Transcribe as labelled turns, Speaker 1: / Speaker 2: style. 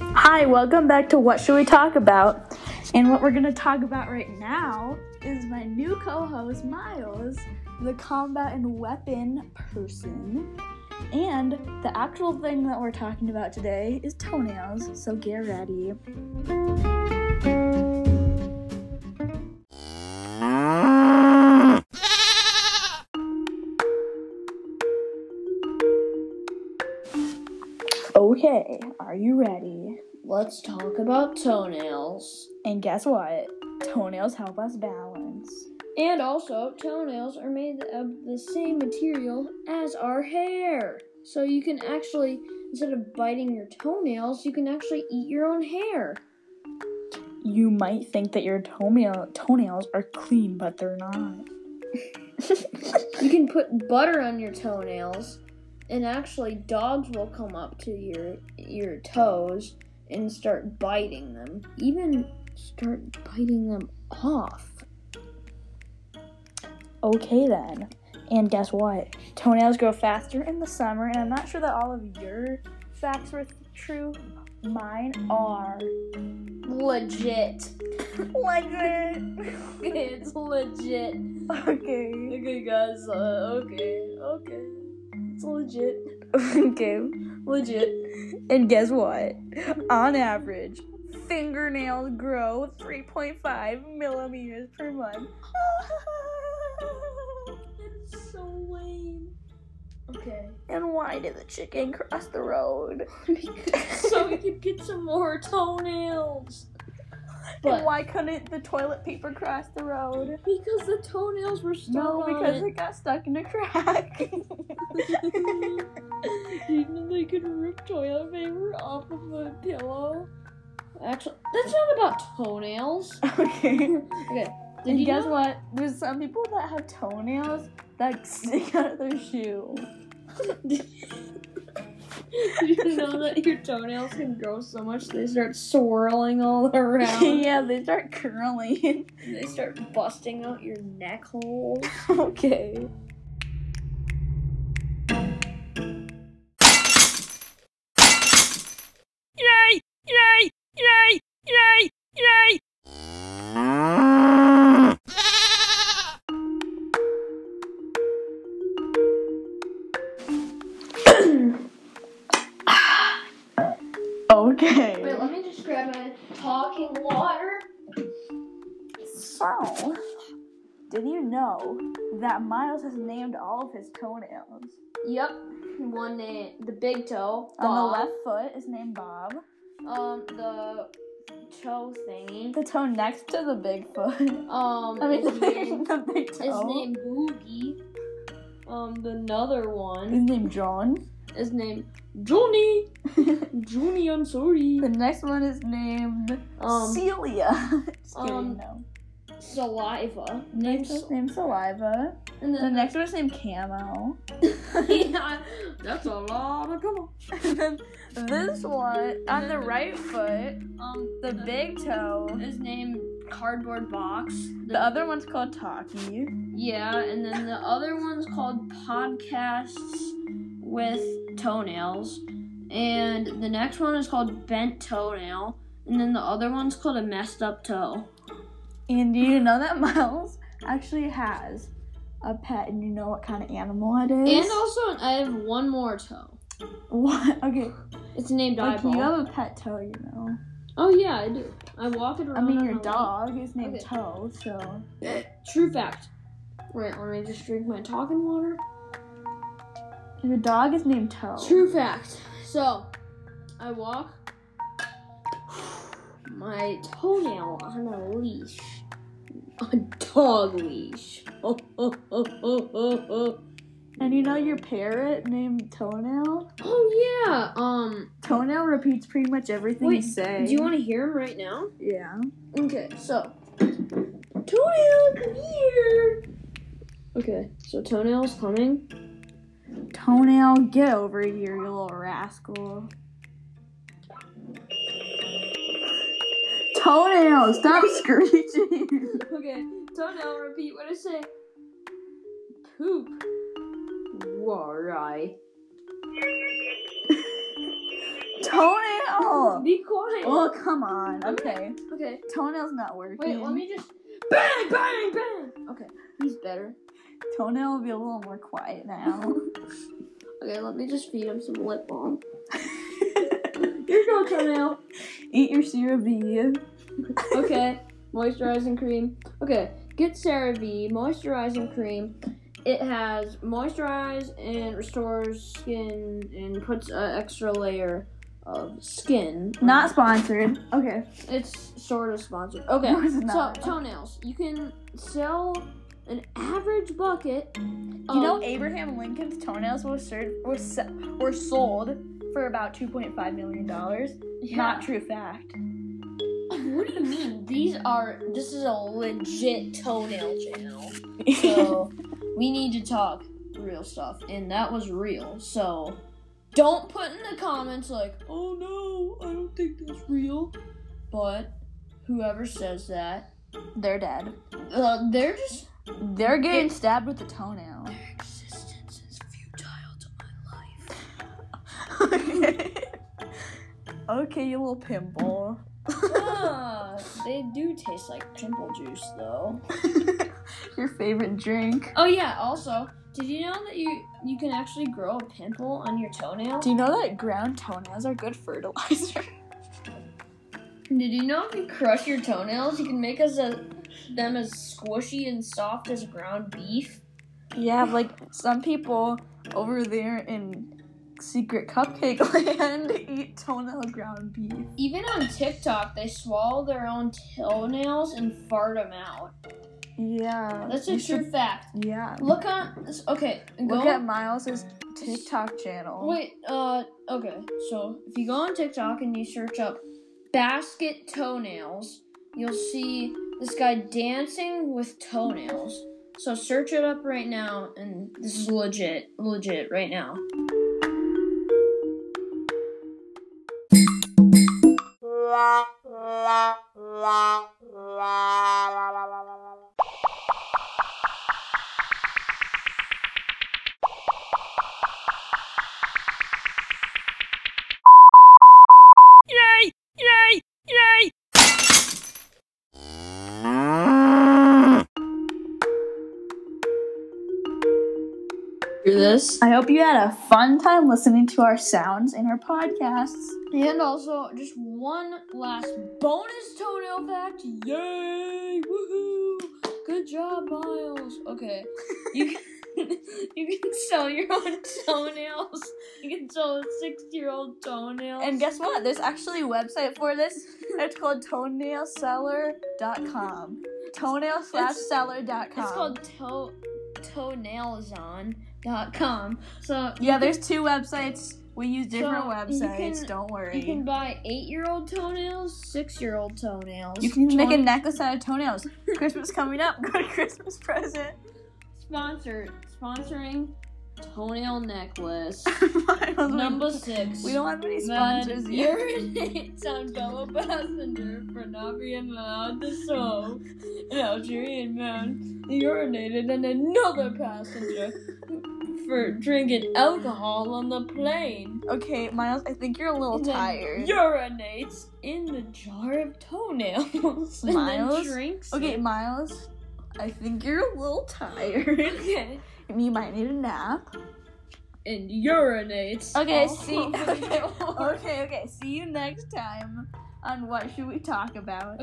Speaker 1: Hi, welcome back to What Should We Talk About? And what we're going to talk about right now is my new co host, Miles, the combat and weapon person. And the actual thing that we're talking about today is toenails, so get ready. Okay, are you ready?
Speaker 2: Let's talk about toenails.
Speaker 1: And guess what? Toenails help us balance.
Speaker 2: And also, toenails are made of the same material as our hair. So you can actually, instead of biting your toenails, you can actually eat your own hair.
Speaker 1: You might think that your toenail- toenails are clean, but they're not.
Speaker 2: You can put butter on your toenails, and actually, dogs will come up to your your toes and start biting them. Even start biting them off.
Speaker 1: Okay then. And guess what? Toenails grow faster in the summer, and I'm not sure that all of your facts were true. Mine are.
Speaker 2: Legit.
Speaker 1: Legit!
Speaker 2: it's legit.
Speaker 1: okay.
Speaker 2: Okay, guys. Uh, okay. Okay. It's legit.
Speaker 1: Okay.
Speaker 2: Legit.
Speaker 1: And guess what? On average, fingernails grow 3.5 millimeters per month.
Speaker 2: It's so lame. Okay.
Speaker 1: and why did the chicken cross the road?
Speaker 2: so we could get some more toenails. But
Speaker 1: and why couldn't the toilet paper cross the road?
Speaker 2: because the toenails were stuck
Speaker 1: No,
Speaker 2: on
Speaker 1: because
Speaker 2: it.
Speaker 1: it got stuck in a crack.
Speaker 2: Even they could rip toilet paper off of a pillow. Actually, that's not about toenails.
Speaker 1: okay.
Speaker 2: Okay. Did
Speaker 1: And
Speaker 2: you
Speaker 1: guess
Speaker 2: know-
Speaker 1: what? There's some people that have toenails that stick out of their shoe.
Speaker 2: Did you know that your toenails can grow so much they start swirling all around?
Speaker 1: yeah, they start curling.
Speaker 2: and They start busting out your neck holes.
Speaker 1: okay. Okay.
Speaker 2: let me just grab my talking water.
Speaker 1: So, did you know that Miles has named all of his toenails?
Speaker 2: Yep. One name, the big toe.
Speaker 1: On the
Speaker 2: Bob.
Speaker 1: left foot is named Bob.
Speaker 2: Um, the toe thingy.
Speaker 1: The toe next to the big foot.
Speaker 2: Um,
Speaker 1: I mean, the
Speaker 2: his
Speaker 1: big,
Speaker 2: name,
Speaker 1: the big
Speaker 2: his
Speaker 1: toe.
Speaker 2: name Boogie. Um, the another
Speaker 1: is
Speaker 2: one
Speaker 1: named John.
Speaker 2: is named Johnny. Johnny, I'm sorry.
Speaker 1: The next one is named
Speaker 2: Um,
Speaker 1: Celia. Just kidding,
Speaker 2: um,
Speaker 1: no.
Speaker 2: saliva.
Speaker 1: Named, named Saliva.
Speaker 2: And
Speaker 1: The
Speaker 2: then
Speaker 1: next one is named Camo.
Speaker 2: yeah, that's a lot of come
Speaker 1: and then this one on the right foot,
Speaker 2: Um,
Speaker 1: the big toe.
Speaker 2: is named Cardboard Box.
Speaker 1: The other one's called Taki.
Speaker 2: Yeah, and then the other one's called Podcasts with Toenails. And the next one is called Bent Toenail. And then the other one's called A Messed Up Toe.
Speaker 1: And do you know that Miles actually has a pet and you know what kind of animal it is?
Speaker 2: And also, I have one more toe.
Speaker 1: what? Okay.
Speaker 2: It's named
Speaker 1: Like
Speaker 2: Eyeball.
Speaker 1: you have a pet toe, you know.
Speaker 2: oh, yeah, I do. I walk it around.
Speaker 1: I mean,
Speaker 2: on
Speaker 1: your
Speaker 2: my leg.
Speaker 1: dog is named
Speaker 2: Okay.
Speaker 1: Toe, so.
Speaker 2: True fact. Wait, let me just drink my talking water.
Speaker 1: Your dog is named Toe.
Speaker 2: True fact. So, I walk my toenail on a leash. A dog leash. Oh, oh, oh, oh, oh, oh.
Speaker 1: And you know your parrot named Toenail?
Speaker 2: Oh, yeah. Um,
Speaker 1: Toenail repeats pretty much everything you
Speaker 2: Wait,
Speaker 1: say.
Speaker 2: do you want to hear him right now?
Speaker 1: Yeah.
Speaker 2: Okay, so. Toenail, come here. Okay, so toenail's coming.
Speaker 1: Toenail, get over here, you little rascal. Toenail, stop screeching.
Speaker 2: Okay, toenail, repeat what I say. Poop. Warai.
Speaker 1: toenail.
Speaker 2: Be quiet.
Speaker 1: Oh, come on. Okay.
Speaker 2: Okay.
Speaker 1: Toenail's not working.
Speaker 2: Wait, let me just. Bang! Bang! Bang! Okay, he's better.
Speaker 1: Toenail will be a little more quiet now.
Speaker 2: Okay, let me just feed him some lip balm. Here's no toenail.
Speaker 1: Eat your syrup. bee.
Speaker 2: Okay, moisturizing cream. Okay, get CeraVe moisturizing cream. It has moisturize and restores skin and puts an extra layer of skin.
Speaker 1: Not sponsored. Okay.
Speaker 2: It's sort of sponsored. Okay,
Speaker 1: No, it's
Speaker 2: so
Speaker 1: not.
Speaker 2: toenails. You can sell an average bucket. Um,
Speaker 1: You know, Abraham Lincoln's toenails were ser- were, se- were sold for about two point five million dollars. Not true fact.
Speaker 2: What do you mean? These are. This is a legit toenail channel.
Speaker 1: So,
Speaker 2: So we need to talk real stuff, and that was real. So don't put in the comments like, "Oh no, I don't think that's real." But whoever says that,
Speaker 1: they're dead.
Speaker 2: uh, they're just
Speaker 1: They're getting stabbed with a toenail.
Speaker 2: their existence is futile to my life.
Speaker 1: okay, you little pimple.
Speaker 2: ah, they do taste like pimple juice, though.
Speaker 1: Your favorite drink.
Speaker 2: Oh yeah. Also, did you know that you you can actually grow a pimple on your toenail?
Speaker 1: Do you know that ground toenails are good fertilizer?
Speaker 2: Did you know if you crush your toenails, you can make us a, them as squishy and soft as ground beef?
Speaker 1: yeah, like some people over there in secret cupcake land eat toenail ground beef.
Speaker 2: Even on TikTok, they swallow their own toenails and fart them out.
Speaker 1: Yeah.
Speaker 2: That's a
Speaker 1: you
Speaker 2: true
Speaker 1: should-
Speaker 2: fact.
Speaker 1: Yeah.
Speaker 2: Look on. Okay, go.
Speaker 1: Look at Miles's TikTok channel.
Speaker 2: wait. Uh. Okay. So if you go on TikTok and you search up basket toenails, you'll see this guy dancing with toenails. So search it up right now, and this is legit, legit right now. Hear this?
Speaker 1: I hope you had a fun time listening to our sounds and our podcasts.
Speaker 2: And also, just one last bonus toenail fact. Yay! Woohoo! Good job, Miles. Okay, you can, you can sell your own toenails. You can sell a six-year-old toenail.
Speaker 1: And guess what? There's actually a website for this. It's called toenailseller.com. Toenail slash
Speaker 2: It's-
Speaker 1: seller.com.
Speaker 2: it's called toe toenailson.com. So
Speaker 1: yeah, there's two websites. We use different
Speaker 2: So, you
Speaker 1: websites.
Speaker 2: can-
Speaker 1: Don't worry.
Speaker 2: you can buy eight-year-old toenails, six-year-old toenails.
Speaker 1: You can make a
Speaker 2: Toenail-
Speaker 1: necklace out of toenails. Christmas coming up. Good Christmas present.
Speaker 2: sponsor sponsoring toenail necklace.
Speaker 1: Miles, we-
Speaker 2: Number six.
Speaker 1: we don't have any
Speaker 2: That
Speaker 1: sponsors yet.
Speaker 2: urinates on fellow passenger for not being allowed to sew. An Algerian man urinated on another passenger for drinking alcohol on the plane.
Speaker 1: Okay, Miles, I think you're a little
Speaker 2: And then
Speaker 1: tired.
Speaker 2: Urinates in the jar of toenails. and then
Speaker 1: Miles?
Speaker 2: drinks.
Speaker 1: Okay,
Speaker 2: it.
Speaker 1: Miles, I think you're a little tired.
Speaker 2: Okay.
Speaker 1: you might need a nap. Oh.
Speaker 2: And urinates.
Speaker 1: Okay,
Speaker 2: all
Speaker 1: see.
Speaker 2: over
Speaker 1: Okay,
Speaker 2: the floor.
Speaker 1: okay, okay. See you next time on what should we talk about?